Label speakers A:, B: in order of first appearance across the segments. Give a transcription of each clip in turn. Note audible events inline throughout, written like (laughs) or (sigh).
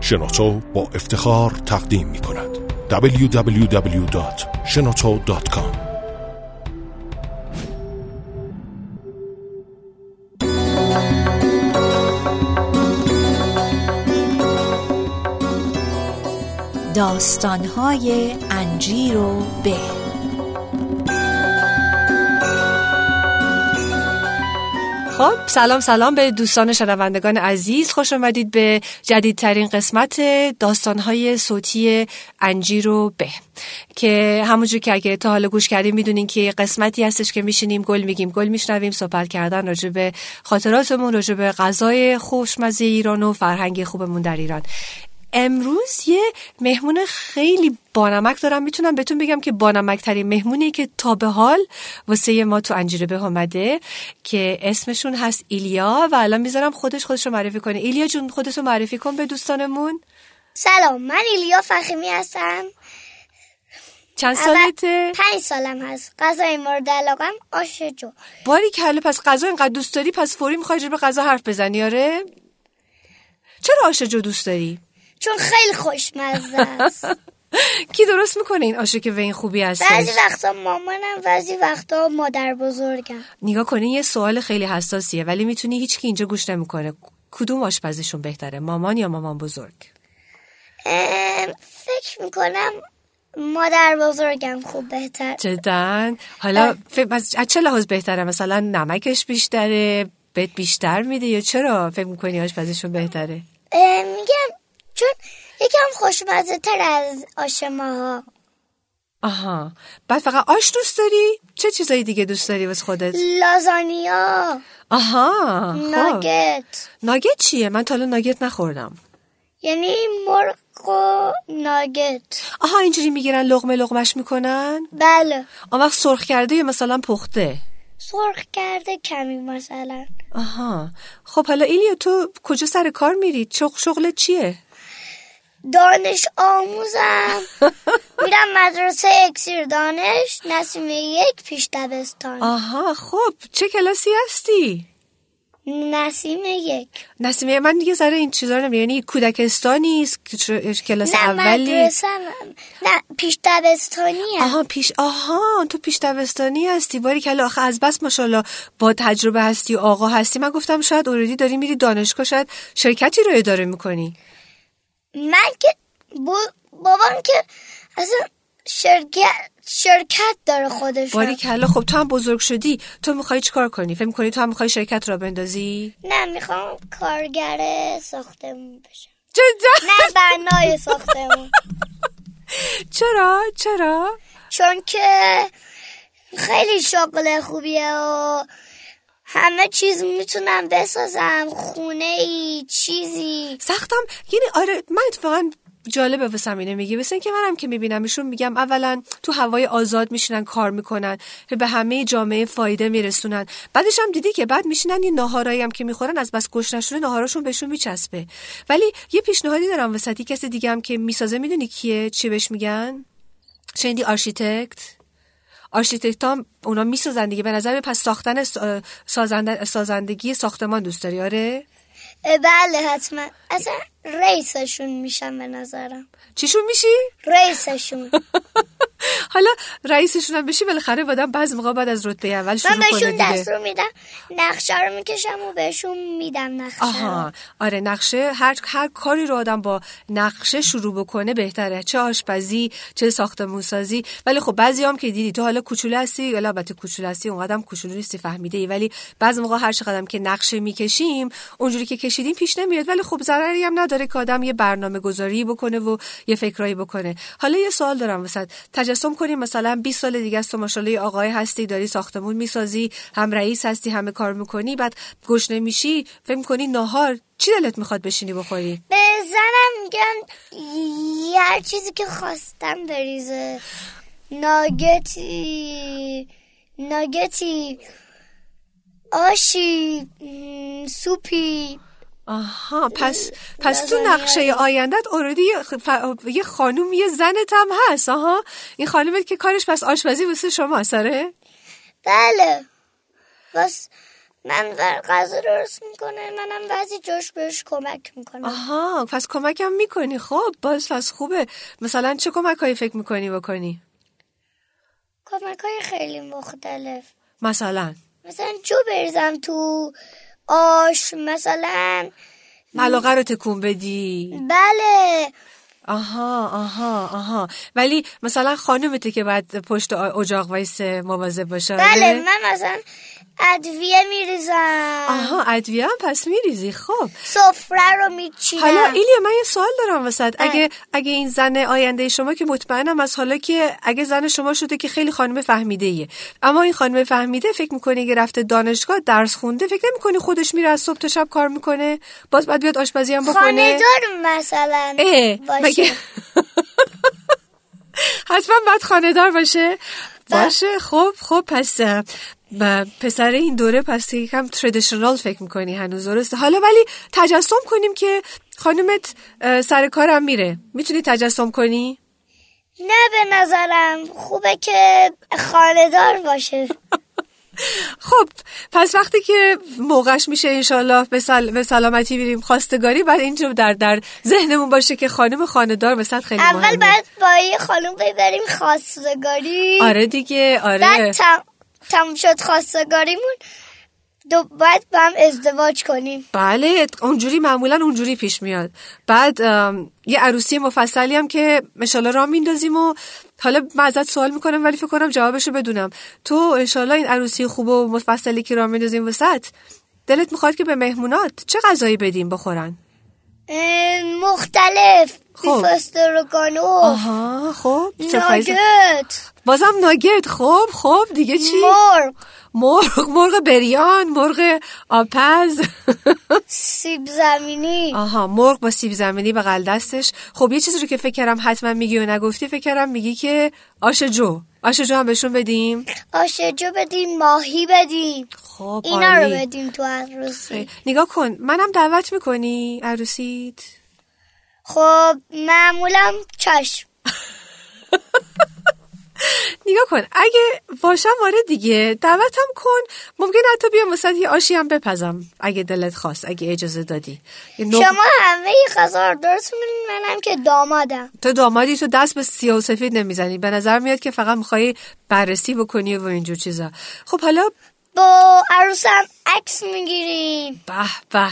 A: شنوتو با افتخار تقدیم می کند www.shenoto.com
B: داستانهای انجیر و به
C: خب سلام سلام به دوستان شنوندگان عزیز خوش آمدید به جدیدترین قسمت داستانهای صوتی انجیر و به که همونجور که اگه تا حالا گوش کردیم میدونین که قسمتی هستش که میشینیم گل میگیم گل میشنویم صحبت کردن راجع به خاطراتمون راجع به غذای خوشمزه ایران و فرهنگ خوبمون در ایران امروز یه مهمون خیلی بانمک دارم میتونم بهتون بگم که بانمک ترین مهمونی که تا به حال واسه ما تو انجیره به آمده که اسمشون هست ایلیا و الان میذارم خودش خودش رو معرفی کنه ایلیا جون خودت رو معرفی کن به دوستانمون
D: سلام من ایلیا فخیمی هستم
C: چند سالته؟
D: پنج سالم هست غذای مورد علاقم آش جو
C: باری کله پس غذا اینقدر دوست داری پس فوری میخوای به غذا حرف بزنی آره چرا آش جو دوست داری؟
D: چون خیلی خوشمزه است
C: کی درست میکنه این آشه که به این خوبی هستش
D: بعضی وقتا مامانم بعضی وقتا مادر بزرگم
C: نگاه کنین یه سوال خیلی حساسیه ولی میتونی هیچ کی اینجا گوش نمیکنه کدوم آشپزیشون بهتره مامان یا مامان بزرگ
D: ام، فکر میکنم مادر بزرگم خوب بهتر
C: جدا حالا فکر- از از چه لحاظ بهتره مثلا نمکش بیشتره بهت بیشتر میده یا چرا فکر میکنی آشپزیشون بهتره
D: ام، میگم چون یکم خوشمزه تر از آش ماها
C: آها بعد فقط آش دوست داری چه چیزایی دیگه دوست داری واسه خودت
D: لازانیا
C: آها خب
D: ناگت
C: ناگت چیه من تا حالا ناگت نخوردم
D: یعنی مرغ و ناگت
C: آها اینجوری میگیرن لغمه لغمش میکنن
D: بله
C: آن وقت سرخ کرده یا مثلا پخته
D: سرخ کرده کمی مثلا
C: آها خب حالا ایلیا تو کجا سر کار میری چغ- شغلت چیه
D: دانش آموزم
C: (laughs)
D: میرم مدرسه اکسیر دانش نسیم یک پیش دبستان
C: آها خب چه کلاسی هستی
D: نسیم یک
C: نسیمه من دیگه سر این چیزا رو نمی‌دونم. یعنی کودکستانی است؟ چه- کلاس
D: نه
C: اولی
D: مدرسه نه پیش دبستانی
C: آها پیش آها تو پیش دوستانی هستی باری کلا آخه از بس ماشاءالله با تجربه هستی آقا هستی من گفتم شاید اوردی داری میری دانشگاه شاید شرکتی رو اداره میکنی
D: من که بو- بابام که اصلا شرکت شرکت داره خودش
C: باری کلا خب تو هم بزرگ شدی تو میخوای چیکار کنی فکر میکنی تو هم میخوای شرکت را بندازی
D: نه میخوام کارگر ساختمون بشم
C: جدا
D: نه بنای ساختمون
C: چرا چرا
D: چون که خیلی شغل خوبیه و همه چیز میتونم بسازم خونه ای چیزی
C: سختم یعنی آره من اتفاقا جالبه واسم اینه میگی مثل اینکه منم که میبینم ایشون میگم اولا تو هوای آزاد میشینن کار میکنن به همه جامعه فایده میرسونن بعدش هم دیدی که بعد میشینن یه ناهارایی هم که میخورن از بس گشنشونه ناهاراشون بهشون میچسبه ولی یه پیشنهادی دارم وسطی کسی دیگه هم که میسازه میدونی کیه چی بهش میگن شنیدی آرشیتکت آرشیتکت هم اونا میسازن دیگه به نظر پس ساختن س- سازنده- سازندگی ساختمان دوست داری آره
D: اه، بله حتما اصلا رئیسشون میشم به نظرم
C: چیشون میشی؟ (laughs)
D: رئیسشون
C: حالا رئیسشون هم بشی بالاخره آدم بعض موقع بعد از رتبه اول شروع
D: من
C: کنه
D: بهشون
C: دیگه
D: دستور میدم نقشه رو میکشم و بهشون میدم نقشه رو
C: آها آره نقشه هر هر کاری رو آدم با نقشه شروع بکنه بهتره چه آشپزی چه ساختمون سازی ولی خب بعضی هم که دیدی تو حالا کوچولو هستی حالا البته کوچولو هستی اونقدر هم کوچولو نیستی فهمیده ای ولی بعضی موقع هر چقدر هم که نقشه میکشیم اونجوری که کشیدیم پیش نمیاد ولی خب ضرری هم نداره که آدم یه برنامه گذاری بکنه و یه فکرایی بکنه حالا یه سوال دارم وسط تجسم کنیم مثلا 20 سال دیگه است تو ماشاءالله یه آقای هستی داری ساختمون میسازی هم رئیس هستی همه کار میکنی بعد گشنه میشی فکر میکنی ناهار چی دلت میخواد بشینی بخوری
D: به زنم میگم یه هر چیزی که خواستم بریزه ناگتی ناگتی آشی م، سوپی
C: آها پس پس تو
D: نظری
C: نقشه آیندت اوردی یه خ- ف- یه خانوم یه زنت هم هست آها این خانومت آره؟ که کارش پس آشپزی واسه شما سره
D: بله بس من غذا درست میکنه منم بعضی جاش بهش کمک میکنم
C: آها پس کمکم میکنی خب باز پس خوبه مثلا چه کمک هایی فکر میکنی بکنی
D: کمک های خیلی مختلف
C: مثلا
D: مثلا جو بریزم تو آش مثلا
C: ملاقه رو تکون بدی
D: بله
C: آها آها آها ولی مثلا خانومته که بعد پشت آ- اجاق وایسه مواظب باشه
D: بله
C: آره؟
D: من مثلا ادویه میریزم
C: آها ادویه هم پس میریزی خب
D: سفره رو میچینم
C: حالا ایلیا من یه سوال دارم وسط اگه اگه این زن آینده شما که مطمئنم از حالا که اگه زن شما شده که خیلی خانم فهمیده ایه اما این خانم فهمیده فکر میکنه که رفته دانشگاه درس خونده فکر نمیکنی خودش میره از صبح تا شب کار میکنه باز بعد بیاد آشپزی هم
D: خانه
C: بکنه
D: دار مثلا
C: اه،
D: باشه
C: مگه- (laughs) حتما باید خانهدار باشه
D: بله.
C: باشه خب خب پس اه، ب- پسر این دوره پس یکم تردیشنال فکر میکنی هنوز درسته حالا ولی تجسم کنیم که خانومت اه، سر کارم میره میتونی تجسم کنی؟
D: نه به نظرم خوبه که خانه دار باشه
C: خب پس وقتی که موقعش میشه انشالله به, سل... به سلامتی بریم خواستگاری بعد اینجا در در ذهنمون باشه که خانم خاندار به خیلی مهمه
D: اول باید با یه خانم بریم خواستگاری
C: آره دیگه
D: بعد
C: آره
D: تم... تموم شد خواستگاریمون دو باید با هم ازدواج کنیم
C: بله اونجوری معمولا اونجوری پیش میاد بعد ام، یه عروسی مفصلی هم که مشالا را میندازیم و حالا من ازت سوال میکنم ولی فکر کنم جوابشو بدونم تو انشالله این عروسی خوب و مفصلی که را میندازیم وسط دلت میخواد که به مهمونات چه غذایی بدیم بخورن
D: اه، مختلف
C: خب.
D: بیفسترگانو
C: آها خب سرپرایز.
D: ناگت
C: بازم ناگرد خب خب دیگه چی
D: مرغ
C: مرغ مرغ بریان مرغ آبپز (laughs)
D: سیب زمینی
C: آها مرغ با سیب زمینی بغل دستش خب یه چیزی رو که فکر کردم حتما میگی و نگفتی فکر کردم میگی که آش جو آش جو هم بهشون بدیم
D: آشجو بدین ماهی بدین
C: خب
D: اینا رو
C: عالی.
D: بدین تو عروسی
C: نگاه کن منم دعوت میکنی عروسیت
D: خب معمولا چشم
C: نگاه کن اگه باشم آره دیگه دعوتم کن ممکن حتی بیام وسط یه آشی هم بپزم اگه دلت خواست اگه اجازه دادی یه نقل-
D: شما همه غذا رو درست میدونین منم که دامادم
C: تو دامادی تو دست به سیاه و سفید نمیزنی به نظر میاد که فقط میخوای بررسی بکنی و اینجور چیزا خب حالا
D: با عروسم عکس میگیریم
C: به به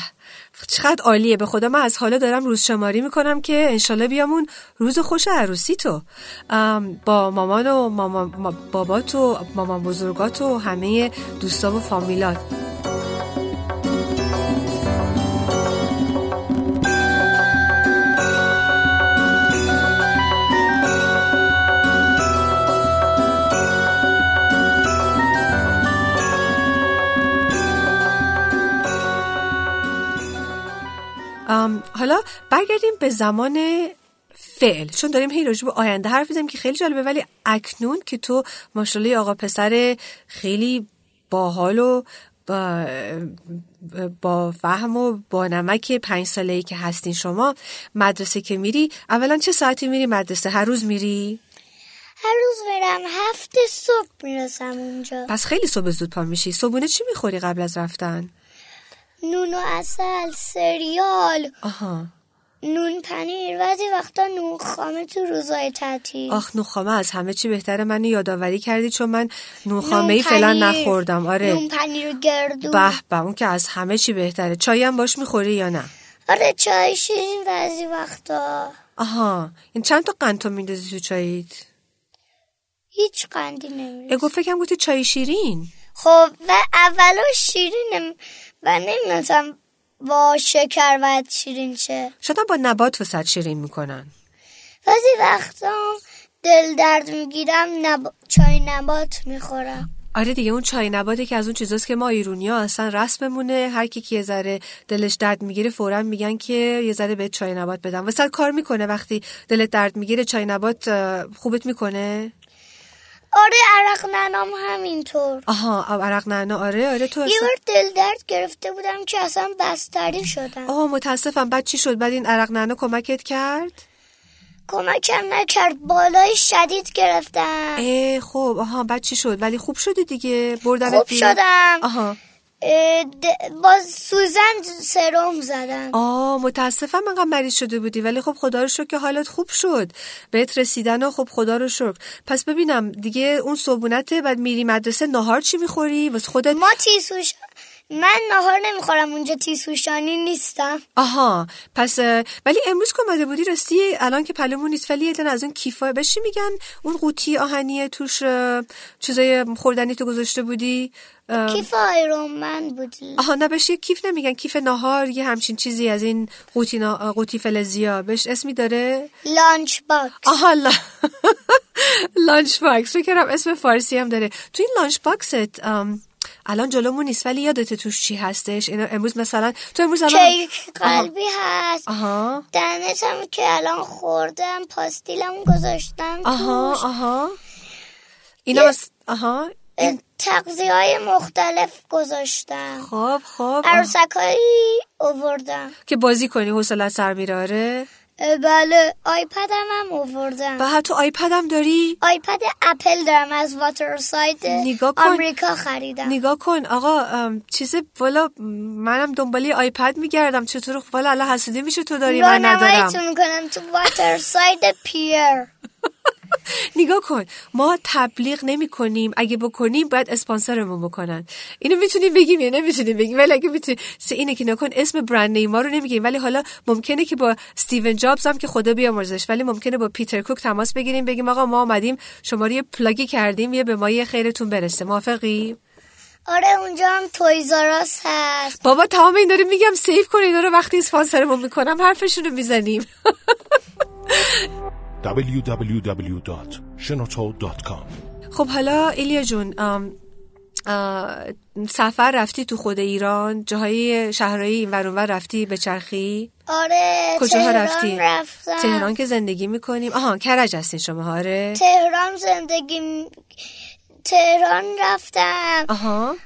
C: چقدر عالیه به خدا من از حالا دارم روز شماری میکنم که انشالله بیامون روز خوش عروسی تو ام، با مامان و ماما ما- بابات و مامان بزرگات و همه دوستا و فامیلات ام، حالا برگردیم به زمان فعل چون داریم هی راجع به آینده حرف میزنیم که خیلی جالبه ولی اکنون که تو ماشاءالله یه آقا پسر خیلی باحال و با, با فهم و با نمک پنج ساله ای که هستین شما مدرسه که میری اولا چه ساعتی میری مدرسه هر روز میری
D: هر روز برم هفته صبح میرسم اونجا
C: پس خیلی صبح زود پا میشی صبحونه چی میخوری قبل از رفتن
D: نون و اصل سریال
C: آها
D: نون پنیر بعضی وقتا نون خامه تو روزای تعطیل
C: آخ نوخامه از همه چی بهتره من یادآوری کردی چون من نوخامه ای فعلا
D: نون پنیر،
C: نخوردم آره
D: نون پنیر گردو
C: به به اون که از همه چی بهتره چایی هم باش میخوری یا نه
D: آره چای شیرین بعضی وقتا
C: آها این چند تا قند تو میندازی تو چاییت
D: هیچ قندی نمیره
C: ای گفت فکرم گفتی چای شیرین
D: خب و اولا شیرینم و نمیدونستم با شکر باید شیرین شه
C: شاید هم با نبات وسط شیرین میکنن
D: بعضی وقتا دل درد میگیرم نب... چای نبات میخورم
C: آره دیگه اون چای نباته که از اون چیزاست که ما ایرونیا اصلا رسممونه هر کی که یه ذره دلش درد میگیره فورا میگن که یه ذره به چای نبات بدم وسط کار میکنه وقتی دلت درد میگیره چای نبات اه، خوبت میکنه
D: آره عرق ننام همینطور
C: آها آب عرق نعنا آره آره تو
D: یه
C: اصلا-
D: بار دل درد گرفته بودم که اصلا بستری شدم
C: آه متاسفم بعد چی شد بعد این عرق نعنا کمکت کرد
D: کمکم نکرد بالای شدید گرفتم
C: اه خب آها بعد چی شد ولی خوب شدی دیگه بردن
D: خوب شدم
C: آها
D: اه، د- با سوزن سرم زدم
C: آه متاسفم انقدر مریض شده بودی ولی خب خدا رو شکر که حالت خوب شد بهت رسیدن و خب خدا رو شکر پس ببینم دیگه اون صبونته بعد میری مدرسه نهار چی میخوری واسه خودت
D: ما تیسوش من نهار نمیخورم اونجا تیسوشانی نیستم
C: آها پس اه، ولی امروز که اومده بودی راستی الان که پلمون نیست ولی یه دونه از اون کیفا بهش چی میگن اون قوطی آهنیه توش اه، چیزای خوردنی تو گذاشته بودی اه،
D: کیف آیرون من بودی
C: آها نه بهش یه کیف نمیگن کیف ناهار یه همچین چیزی از این قوطی, نا... قوطی فلزیا بهش اسمی داره
D: لانچ باکس
C: آها لا... (laughs) لانچ باکس فکر کردم اسم فارسی هم داره تو این لانچ باکست ام، الان جلومون نیست ولی یادت توش چی هستش اینا امروز مثلا تو امروز الان
D: کیک قلبی هست
C: آها
D: دهنتم که الان خوردم پاستیلم گذاشتم
C: آها
D: توش
C: آها اینا بس آها
D: تقضیه های مختلف گذاشتم
C: خب خب آه.
D: عروسک هایی اووردم
C: که بازی کنی حوصله سر میره آره
D: اه، بله آیپدم هم اووردم
C: و تو آیپدم داری
D: آیپد اپل دارم از واتر ساید
C: نگاه کن.
D: آمریکا خریدم
C: نگاه کن آقا ام، چیز والا منم دنبال یه آیپد میگردم چطور والا الان حسودی میشه تو داری من ندارم
D: راهنماییتون کنم تو واتر ساید پیر
C: نگاه کن ما تبلیغ نمی کنیم اگه بکنیم باید اسپانسرمون بکنن اینو میتونیم بگیم یا نمیتونیم بگیم ولی اگه میتونیم اینه که نکن اسم برند نیما رو نمیگیم ولی حالا ممکنه که با استیون جابز هم که خدا بیامرزش ولی ممکنه با پیتر کوک تماس بگیریم بگیم آقا ما آمدیم شما رو یه پلاگی کردیم یه به ما یه خیرتون برسه موافقی
D: آره اونجا هم تویزاراس هست
C: بابا تمام این داره میگم سیو کن اینا رو وقتی اسپانسرمون میکنم حرفشون رو میزنیم (laughs)
A: www.shenoto.com
C: خب حالا ایلیا جون ام، اه، سفر رفتی تو خود ایران جاهای شهرهای این ورانور رفتی به چرخی
D: آره
C: کجاها
D: تهران
C: رفتی
D: رفتم
C: تهران که زندگی میکنیم آها کرج هستین شما آره
D: تهران زندگی م- تهران رفتم
C: آها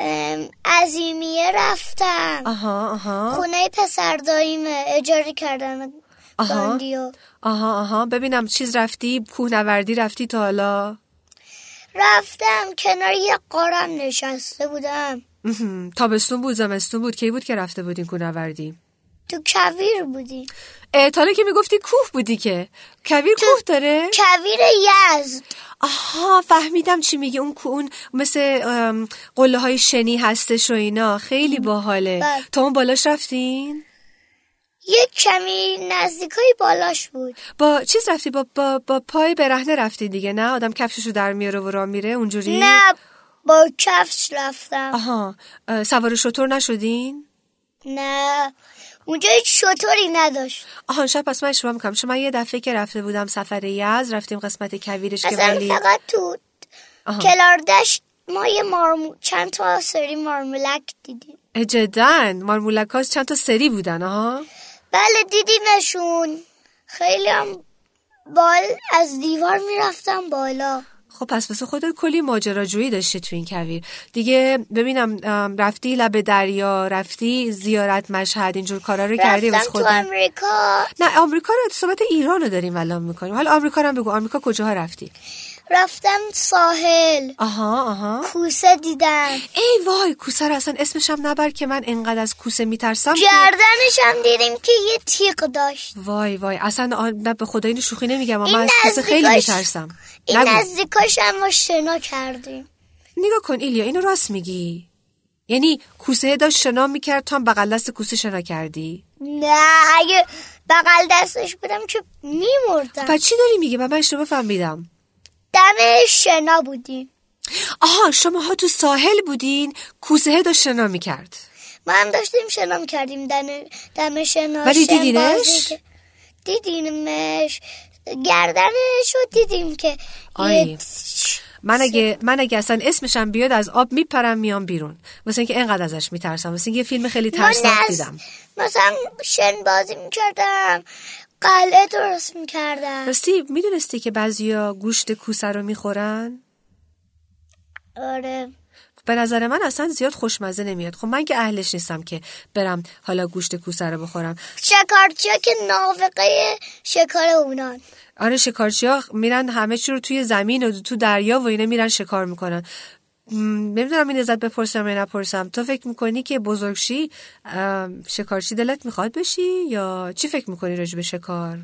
D: ام، عظیمیه رفتم
C: آها آها
D: خونه پسر داییمه اجاره کردم
C: آها.
D: گاندیو
C: آها آها ببینم چیز رفتی کوهنوردی رفتی تا حالا
D: رفتم کنار یه قارم نشسته بودم
C: مهم. تابستون بود زمستون بود کی بود که رفته بودین کوهنوردی
D: تو کویر بودی
C: اه، تا حالا که میگفتی کوه بودی که کویر کوه داره
D: کویر یزد
C: آها فهمیدم چی میگی اون کو- اون مثل ام، قله های شنی هستش و اینا خیلی باحاله
D: بله.
C: تا اون بالاش رفتین
D: یک کمی نزدیکای بالاش بود
C: با چیز رفتی با با, با پای برهنه رفتی دیگه نه آدم کفششو در میاره و راه میره اونجوری
D: نه با کفش رفتم
C: آها اه، سوار شطور نشدین
D: نه اونجا هیچ شطوری نداشت
C: آها شب پس من اشتباه میکنم چون من یه دفعه که رفته بودم سفر یز رفتیم قسمت کویرش که
D: اصلا
C: ولی
D: فقط تو
C: آها.
D: کلاردش ما یه مارمو... چند تا سری مارمولک دیدیم
C: اه، جدا مارمولکاش چند تا سری بودن آها
D: بله دیدیمشون خیلی هم بال از دیوار میرفتم بالا
C: خب پس واسه خودت کلی ماجراجویی داشتی تو این کویر دیگه ببینم ام، رفتی لب دریا رفتی زیارت مشهد اینجور کارا رو کردی
D: رفتم
C: واسه
D: تو
C: خودت
D: امریکا
C: نه آمریکا رو صحبت ایران رو داریم الان میکنیم حالا آمریکا رو هم بگو آمریکا کجاها رفتی
D: رفتم ساحل
C: آها آها
D: کوسه دیدم
C: ای وای کوسه رو اصلا اسمش هم نبر که من انقدر از کوسه میترسم که-
D: گردنش هم دیدیم که یه تیغ داشت
C: وای وای اصلا آ- نه به خدا اینو شوخی نمیگم
D: این
C: من از کوسه خیلی
D: نزدیکاش-
C: میترسم
D: این
C: نگو
D: نزدیکاش هم ما شنا کردیم
C: نگاه کن ایلیا اینو راست میگی یعنی کوسه داشت شنا میکرد تو هم بغل دست کوسه شنا کردی
D: نه اگه بغل دستش بودم که میمردم
C: بعد چی داری میگه من من اشتباه فهمیدم
D: دم شنا بودیم
C: آها شماها تو ساحل بودین کوسه داشت شنا میکرد
D: ما هم داشتیم شنا کردیم دم, دم شنا
C: ولی
D: شن
C: دیدینش؟
D: بازی که- دیدیمش گردنش رو دیدیم که
C: آی.
D: یه تش-
C: من اگه من اگه اصلا اسمشم بیاد از آب میپرم میام بیرون واسه اینکه انقدر ازش میترسم واسه اینکه یه فیلم خیلی
D: ما
C: ترسناک
D: نز-
C: دیدم
D: مثلا شن بازی میکردم قلعه درست میکردم
C: راستی میدونستی که بعضیا گوشت کوسه رو میخورن
D: آره
C: به نظر من اصلا زیاد خوشمزه نمیاد خب من که اهلش نیستم که برم حالا گوشت کوسه رو بخورم
D: شکارچی که نافقه شکار اونان
C: آره شکارچی ها میرن همه چی رو توی زمین و تو دریا و اینا میرن شکار میکنن نمیدونم این ازت بپرسم یا نپرسم تو فکر میکنی که بزرگشی ام، شکارچی دلت میخواد بشی یا چی فکر میکنی راجع به شکار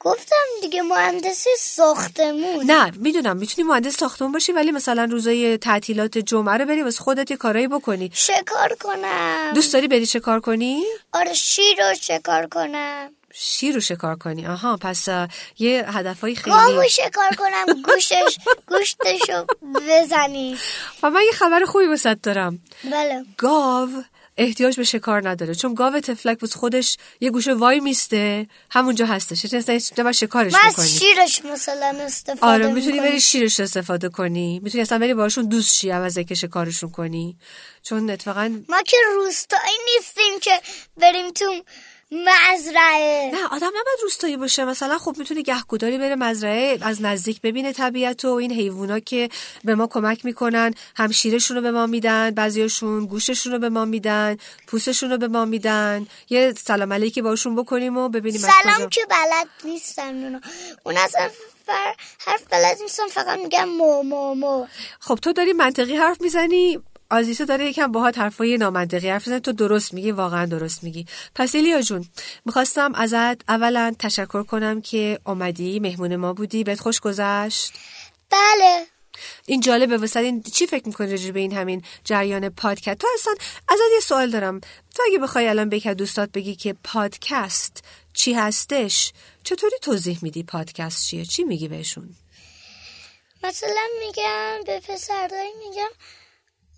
D: گفتم دیگه مهندسی ساختمون
C: نه میدونم میتونی مهندس ساختمون باشی ولی مثلا روزای تعطیلات جمعه رو بری واسه خودت یه کارایی بکنی
D: شکار کنم
C: دوست داری بری شکار کنی
D: آره شیر رو شکار کنم
C: شیر رو شکار کنی آها پس اه، یه هدفای
D: گامو
C: خیلی
D: شکار کنم
C: (laughs)
D: گوشش گوشتش رو بزنی
C: و من یه خبر خوبی واسط دارم
D: بله
C: گاو احتیاج به شکار نداره چون گاو تفلک بود خودش یه گوشه وای میسته همونجا هستش چه نباید شکارش
D: من از
C: میکنی
D: شیرش مثلا استفاده
C: آره میتونی
D: می‌کنم.
C: بری شیرش رو استفاده کنی میتونی اصلا بری باشون دوست شی عوض که شکارشون کنی چون اتفاقا
D: ما که روستایی نیستیم که بریم تو مزرعه
C: نه آدم نباید روستایی باشه مثلا خب میتونه گهگوداری بره مزرعه از نزدیک ببینه طبیعت و این حیوونا که به ما کمک میکنن هم شیرشون رو به ما میدن بعضیاشون گوششون رو به ما میدن پوستشون رو به ما میدن یه سلام علیکی باشون بکنیم و ببینیم از
D: سلام
C: کجا-
D: که بلد نیستم اونا اون اصلا فر... حرف بلد نیستم فقط میگم مو مو مو
C: خب تو داری منطقی حرف میزنی آزیسه داره یکم باهات حرفای نامنطقی حرف میزنه تو درست میگی واقعا درست میگی پس ایلیا جون میخواستم ازت اولا تشکر کنم که اومدی مهمون ما بودی بهت خوش گذشت
D: بله
C: این جالبه واسه این چی فکر میکنی راجع به این همین جریان پادکست تو اصلا ازت یه سوال دارم تو اگه بخوای الان به یکی از دوستات بگی که پادکست چی هستش چطوری توضیح میدی پادکست چیه چی میگی بهشون
D: مثلا میگم به پسردایی میگم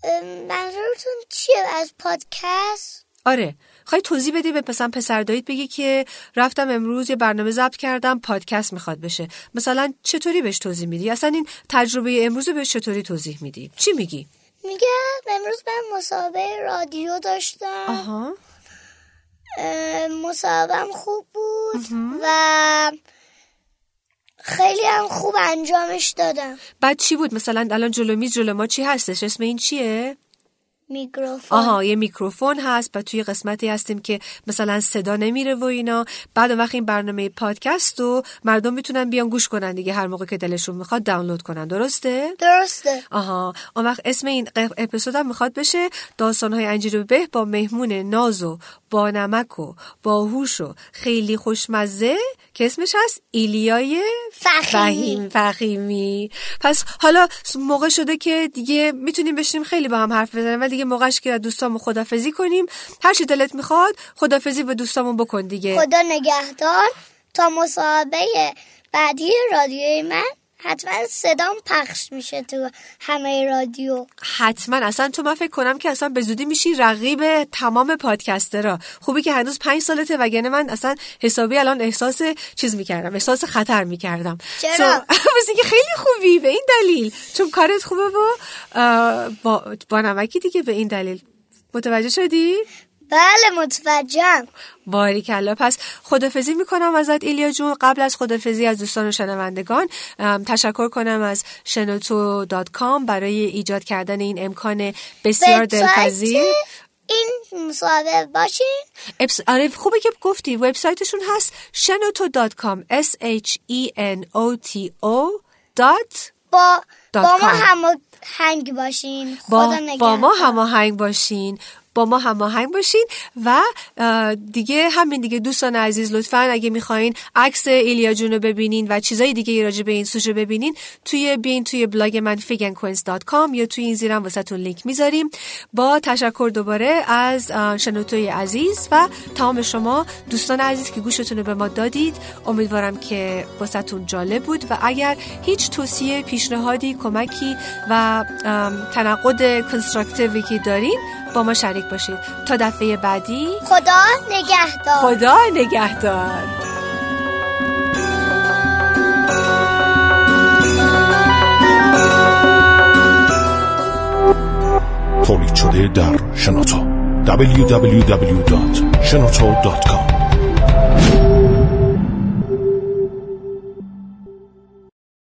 D: اه، منظورتون چیه از پادکست
C: آره خواهی توضیح بدی به مثلا پسر دایید بگی که رفتم امروز یه برنامه ضبط کردم پادکست میخواد بشه مثلا چطوری بهش توضیح میدی اصلا این تجربه امروز رو بهش چطوری توضیح میدی چی میگی
D: میگم امروز من مسابقه رادیو داشتم
C: آها
D: اه، مسابقم خوب بود و خیلی هم خوب انجامش دادم
C: بعد چی بود مثلا الان جلو میز جلو ما چی هستش اسم این چیه
D: میکروفون
C: آها یه میکروفون هست و توی قسمتی هستیم که مثلا صدا نمیره و اینا بعد اون وقت این برنامه پادکست رو مردم میتونن بیان گوش کنن دیگه هر موقع که دلشون میخواد دانلود کنن درسته
D: درسته
C: آها اون وقت اسم این ق- اپیزود هم میخواد بشه داستانهای انجیر و به با مهمون ناز و با نمک و باهوش و خیلی خوشمزه که اسمش هست ایلیای
D: فخیمی آره.
C: فهیم فخیمی پس حالا موقع شده که دیگه میتونیم بشینیم خیلی با هم حرف بزنیم و دیگه موقعش که از دوستامون خدافزی کنیم هر چی دلت میخواد خدافزی با دوستامون بکن دیگه
D: خدا نگهدار تا مسابقه بعدی رادیوی من حتما صدام پخش میشه تو همه رادیو
C: حتما اصلا تو من فکر کنم که اصلا به زودی میشی رقیب تمام پادکسترا خوبی که هنوز پنج سالته وگرنه من اصلا حسابی الان احساس چیز میکردم احساس خطر میکردم
D: چرا؟
C: (laughs) بس اینکه خیلی خوبی به این دلیل چون کارت خوبه و اه، با, با نمکی دیگه به این دلیل متوجه شدی؟
D: بله متوجهم
C: باریکلا پس خدافزی میکنم ازت ایلیا جون قبل از خدافزی از دوستان و شنوندگان ام، تشکر کنم از شنوتو دات کام برای ایجاد کردن این امکان بسیار
D: وبسایت
C: دلپذیر
D: این مسابقه باشین
C: ابس- آره خوبه که گفتی وبسایتشون هست شنوتو دات کام s h e n o t o دات
D: با با ما
C: .com.
D: هماهنگ باشین خدا
C: با, با ما
D: نگهدار
C: هماهنگ باشین با ما هماهنگ باشین و اه، دیگه همین دیگه دوستان عزیز لطفا اگه میخواین عکس ایلیا جون رو ببینین و چیزای دیگه راجع به این سوژه ببینین توی بین توی بلاگ من figancoins.com یا توی این زیرم واسهتون لینک میذاریم با تشکر دوباره از اه، شنوتوی عزیز و تمام شما دوستان عزیز که گوشتون رو به ما دادید امیدوارم که واسهتون جالب بود و اگر هیچ توصیه پیشنهادی کمکی و ام، تنقد کنستراکتیوی که دارین با ما شریک باشید تا دفعه بعدی
D: خدا نگهدار
C: خدا نگهدار
A: تولید شده در شنوتو www.shenoto.com